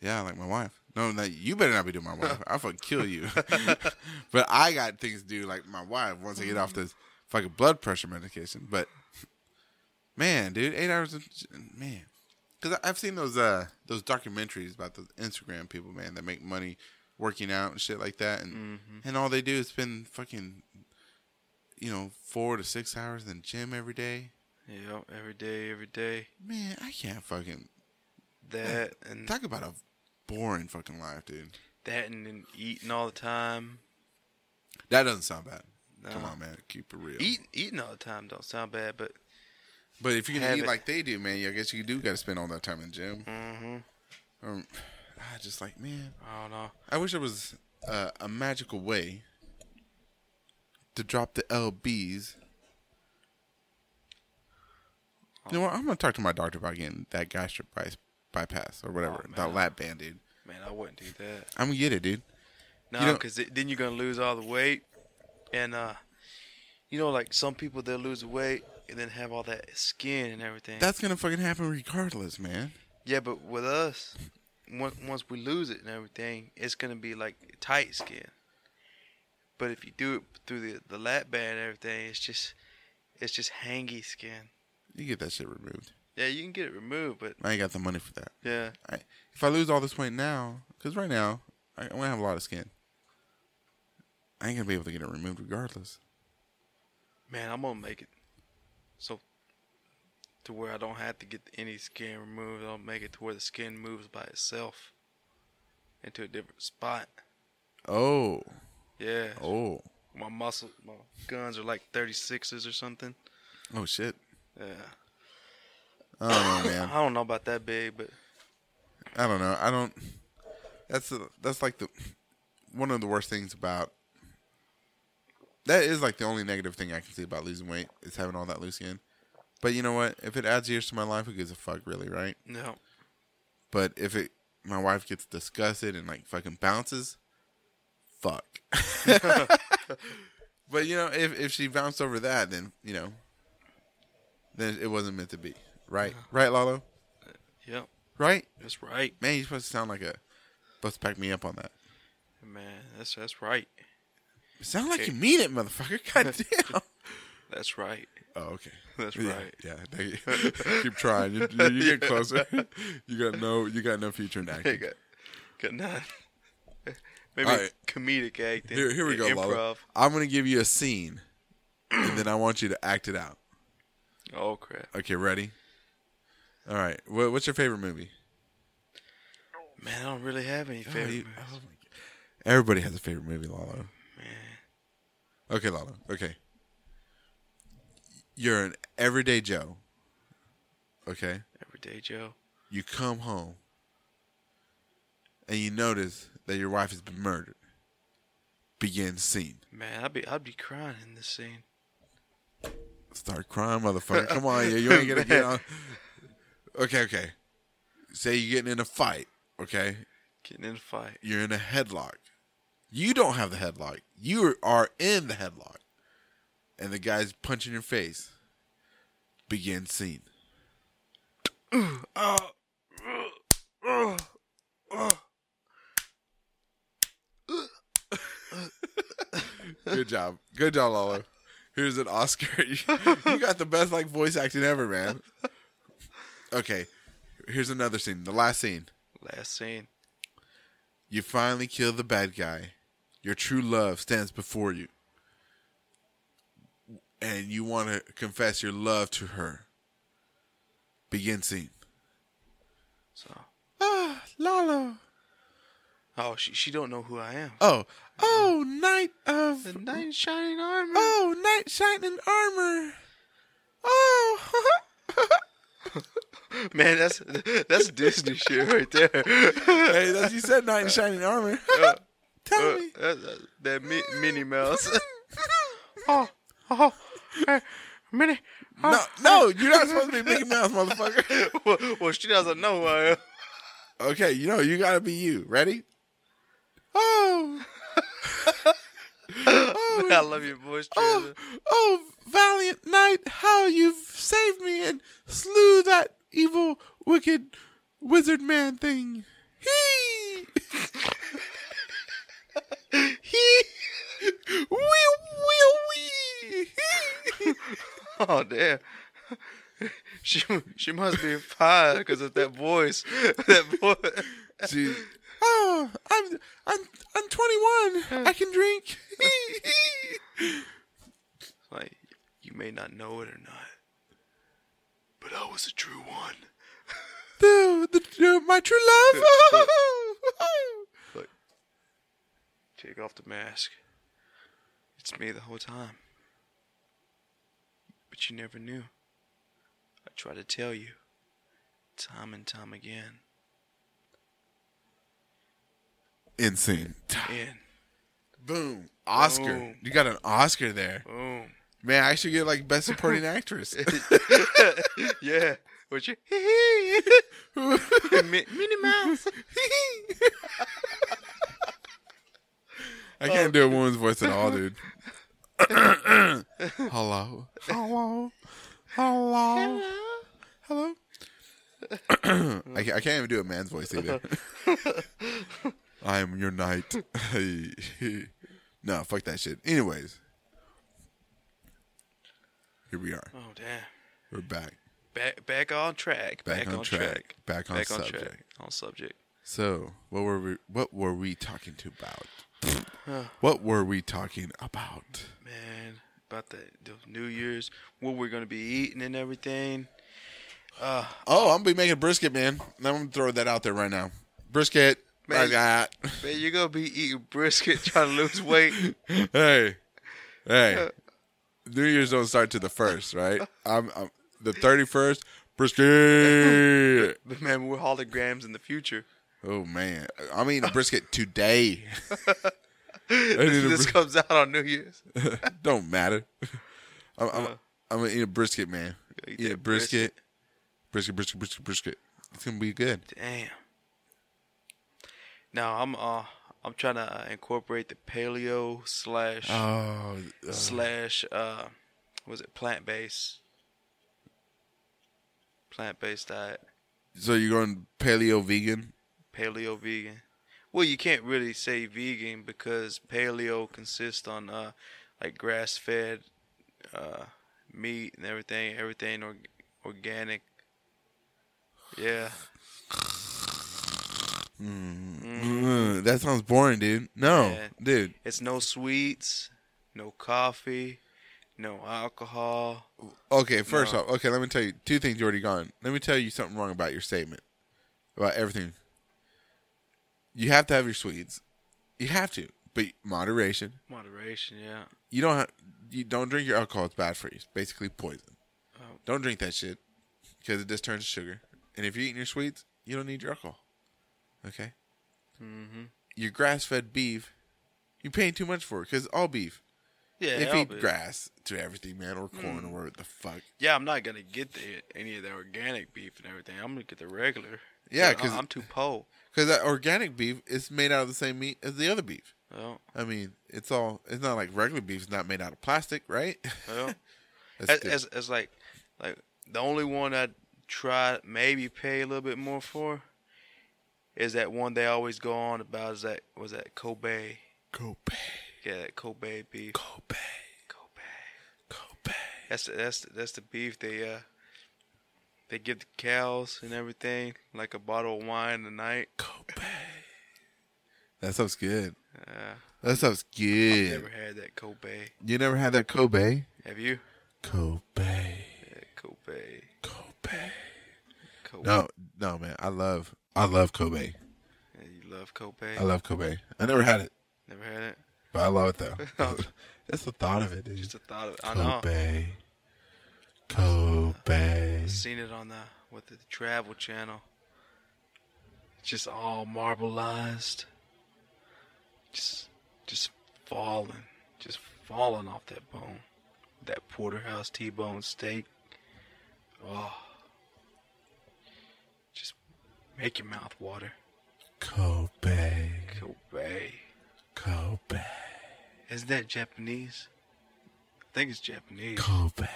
Yeah, like my wife. No, no, you better not be doing my wife. I'll fucking kill you. (laughs) but I got things to do, like my wife, once I get off this fucking blood pressure medication. But man, dude, eight hours of man. Because I've seen those uh those documentaries about those Instagram people, man, that make money working out and shit like that, and and all they do is spend fucking you know four to six hours in the gym every day. Yep, every day, every day. Man, I can't fucking That and talk about a boring fucking life, dude. that and, then eating all the time. That doesn't sound bad. Come No. on, man, keep it real. Eat, eating all the time don't sound bad, but but if you're gonna have eat it. like they do, man, I guess you do got to spend all that time in the gym. mm-hmm. Um, I just like, man, I don't know. I wish there was uh, a magical way to drop the lbs. You know what? I'm gonna talk to my doctor about getting that gastric by- bypass or whatever, Oh, that man. lap band, dude. Man, I wouldn't do that. I'm gonna get it, dude. No, You know- because then you're gonna lose all the weight, and uh, you know, like some people they'll lose the weight and then have all that skin and everything. That's gonna fucking happen regardless, man. yeah, but with us, once once we lose it and everything, it's gonna be like tight skin. But if you do it through the the lap band and everything, it's just it's just hangy skin. You get that shit removed. Yeah, you can get it removed, but I ain't got the money for that. yeah, I, if I lose all this weight now, because right now I, I'm gonna have a lot of skin. I ain't gonna be able to get it removed regardless. man, I'm gonna make it so to where I don't have to get any skin removed. I'll make it to where the skin moves by itself into a different spot. Oh, Yeah, oh, my muscle, my guns are like 36s or something. oh shit! Yeah, I don't know, man. I don't know about that big, but I don't know. I don't. That's the that's like the one of the worst things about. That is like the only negative thing I can see about losing weight is having all that loose skin. But you know what? If it adds years to my life, who gives a fuck, really, right? no, But if it my wife gets disgusted and like fucking bounces, fuck. (laughs) but you know, if if she bounced over that, then you know, then it wasn't meant to be, right? Right, Lalo? yep, Right? that's right, Man, you're supposed to sound like a. Supposed to pack me up on that. man. That's that's right, Sound like you mean it, motherfucker. (laughs) God damn. that's right. (laughs) Oh, okay. That's Yeah, right. Yeah. thank you. (laughs) Keep trying. You, you- you get (laughs) closer. you got no. You got no future in Hey, acting. good, good night. (laughs) Maybe All right. comedic acting. Here, here we go, improv. Lalo. I'm gonna give you a scene, and then I want you to act it out. Oh crap. Okay, ready? All right. What, what's your favorite movie? Man, I don't really have any favorite. Oh, you- movies. oh my God. Everybody has a favorite movie, Lalo. Okay, Lalo. Okay. You're an everyday Joe. Okay. Everyday Joe. You come home and you notice that your wife has been murdered. Begin scene. Man, I'd be I'd be crying in this scene. Start crying, motherfucker. Come on, yeah, you ain't gonna get on. Okay, okay. Say you're getting in a fight. Okay, Getting in a fight. you're in a headlock. You don't have the headlock. You are in the headlock, and the guy's punching your face. Begin scene. Good job. Good job, Lolo. Here's an Oscar. (laughs) you you got the best like voice acting ever, man. Okay. Here's another scene. The last scene. Last scene. You finally kill the bad guy. Your true love stands before you. And you want to confess your love to her. Begin scene. So Ah, Lalo. Oh, she she don't know who I am. Oh, oh, knight of The knight in shining armor. Oh, knight shining armor. Oh, (laughs) (laughs) Man, that's that's Disney shit right (laughs) there. hey, that's you said knight in shining armor. (laughs) Tell (laughs) Uh, (laughs) me. that, that, that mi- Minnie Mouse. oh, oh, hey, (laughs) Minnie. No, no, you're not supposed to be Mickey Mouse, motherfucker. (laughs) (laughs) well, well, she doesn't know who I am. Okay, you know you gotta be you. Ready? Oh, (laughs) I love your voice, Trevor. oh, valiant knight, how you've saved me and slew that evil, wicked wizard man thing. He, (laughs) he, wee, wee, wee. Hee. Oh. damn. (laughs) She she must be fine because of that voice. (laughs) That voice. She, oh, I'm, I'm, I'm 21. I can drink. Hee, hee. Like you may not know it or not, but I was a true one. the, the, uh, my true love. Look, take off the mask. It's me the whole time. But you never knew. I tried to tell you, time and time again. (laughs) (laughs) Insane. In, Boom. Oscar. Boom. You got an Oscar there. boom. (laughs) Man, I should get like best supporting (laughs) actress. Yeah. What you? (laughs) Mi- Minnie Mouse. I can't do a woman's voice at all, (laughs) dude. Hello. Hello. Hello. Hello. (clears throat) I, can't, I can't even do a man's voice (laughs) either. I am your knight. (laughs) no, fuck that shit. Anyways, here we are. Oh damn. We're back. Back back on track. Back Back, on on, track. track. Back on back subject. on track. On subject. So, what were we? What were we talking to about? what were we talking about? man, about the, the New Year's, what we're gonna be eating and everything. Oh, I'm gonna be making brisket, man. I'm gonna throw that out there right now. Brisket. Man. I Man, you're gonna be eating brisket, (laughs) trying to lose weight. got- (laughs) hey, hey. New Year's don't start to the first, right? I'm, I'm the 31st. Brisket. But man, we're holograms in the future. (laughs) Oh man, I'm eating a brisket today. (laughs) I need This, a this bris- comes out on New Year's. don't matter. I'm, I'm, Uh. I'm gonna eat a brisket, man. Yeah, eat Eat a that brisket. brisket, brisket, brisket, brisket. It's gonna be good. Damn. Now I'm uh I'm trying to uh, incorporate the paleo slash Oh, uh, slash uh was it plant based plant based diet. so you're going paleo vegan? paleo vegan. Well, you can't really say vegan because paleo consists on uh, like grass fed uh, meat and everything, everything or- organic. Yeah. Mm, that sounds boring, dude. No, Yeah. dude. It's no sweets, no coffee, no alcohol. Okay, first No. off, okay, let me tell you two things you already gone. Let me tell you something wrong about your statement. About everything. You have to have your sweets. You have to. But moderation. Moderation, yeah. You don't have, you don't drink your alcohol, it's bad for you. It's basically poison. Oh. Don't drink that shit. Because it just turns to sugar. And if you're eating your sweets, you don't need your alcohol. Okay? Mm-hmm. Your grass fed beef, you're paying too much for it, because all beef. Yeah. Mm. they I'll feed be- grass to everything, man, or corn or whatever the fuck. Yeah, I'm not gonna get the, any of the organic beef and everything. I'm gonna get the regular. Yeah, I- 'cause- I'm too poor. Because that organic beef is made out of the same meat as the other beef. Well, I mean, it's all. It's not like regular beef is not made out of plastic, right? (laughs) well, That's as, good. as, as like, like the only one I try maybe pay a little bit more for is that one they always go on about is that was that Kobe. Kobe, Yeah, that Kobe beef. Kobe, Kobe. Kobe. That's the, that's the, that's the beef they uh they give the cows and everything like a bottle of wine a night. Kobe. That stuff's good. Uh, That stuff's good. Never had that Kobe. you never had that Kobe? Have you? Kobe, Yeah, Kobe. Kobe. Kobe. No, no, man. I love, I love Kobe. Yeah, you love Kobe. I love Kobe. I never had it, Never had it. but I love it (laughs) though. That's the thought of it. dude. Just the thought of it. I know. Kobe. Kobe. Seen it on the what the, Travel Channel. It's Just all marbleized. Just just falling. Just falling off that bone. That porterhouse T-bone steak. Oh. Just make your mouth water. Kobe. Kobe. Kobe. Isn't that Japanese? I think it's Japanese. Kobe.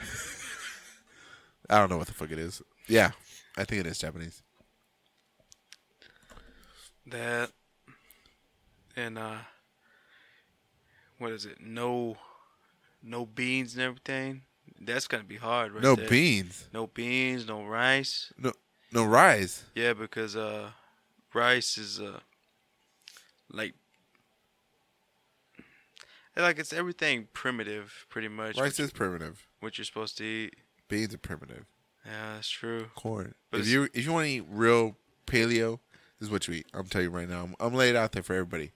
(laughs) I don't know what the fuck it is. Yeah, I think it is Japanese. That and uh what is it? No no beans and everything. That's gonna be hard, right? no there. beans. No beans, no rice. No no rice. Yeah, because uh rice is uh like like it's everything primitive pretty much Rice is primitive. what you're supposed to eat. Beans are primitive. Yeah, that's true. Corn. But if it's- you if you want to eat real paleo, this is what you eat. I'm telling you right now. I'm, I'm laying it out there for everybody.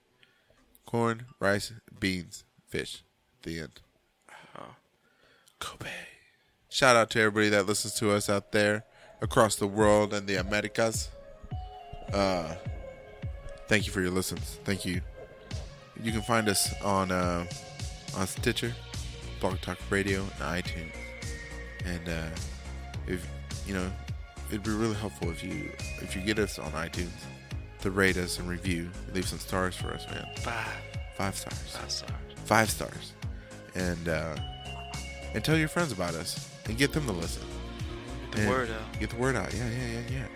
Corn, rice, beans, fish. The end. Oh. Kobe. Shout out to everybody that listens to us out there across the world and the Americas. Uh, thank you for your listens. Thank you. You can find us on uh, on Stitcher, Blog Talk Radio, and iTunes. And uh, if you know, it'd be really helpful if you if you get us on iTunes to rate us and review, leave some stars for us, man. Five. Five stars Five stars. five stars, and uh, and tell your friends about us and get them to listen. Get the And word out. Get the word out. Yeah, yeah, yeah, yeah.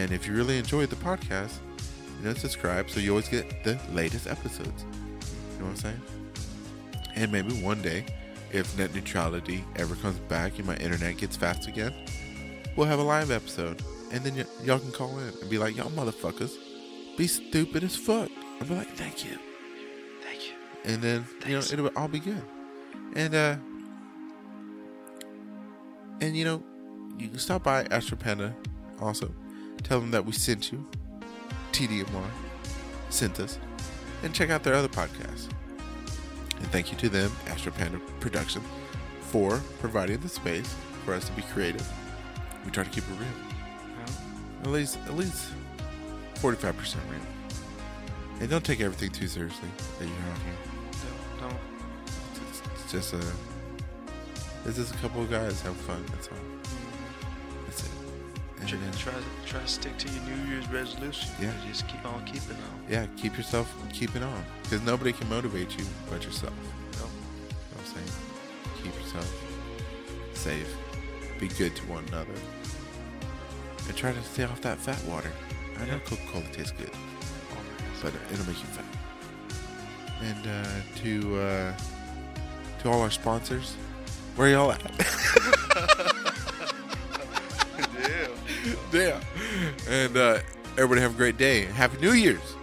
And if you really enjoyed the podcast, you know, subscribe so you always get the latest episodes. You know what I'm saying? And maybe one day, if net neutrality ever comes back and my internet gets fast again, we'll have a live episode. And then y- y'all can call in and be like, y'all motherfuckers, be stupid as fuck. I'll be like, thank you Thank you. and then you know Thanks. it'll all be good and uh and you know you can stop by Astro Panda also tell them that we sent you TDMR sent us and check out their other podcasts and thank you to them Astro Panda Production for providing the space for us to be creative we try to keep it real Well, at least at least 45% real and don't take everything too seriously that you hear on here don't- don't it's, it's just a. It's just a couple of guys have fun. That's all. That's it. And, Try, uh, try, try to stick to your New Year's resolution. Yeah. Just keep on keeping on. yeah, keep yourself keeping on, because nobody can motivate you but yourself. You know? You know what I'm saying, keep yourself safe. Be good to one another, and try to stay off that fat water. I know Yeah. Coca-Cola tastes good, Oh, man. but uh, it'll make you fat. And uh, to uh, to all our sponsors, where y'all at? Yeah. Damn. And uh, everybody have a great day. Happy New Year's.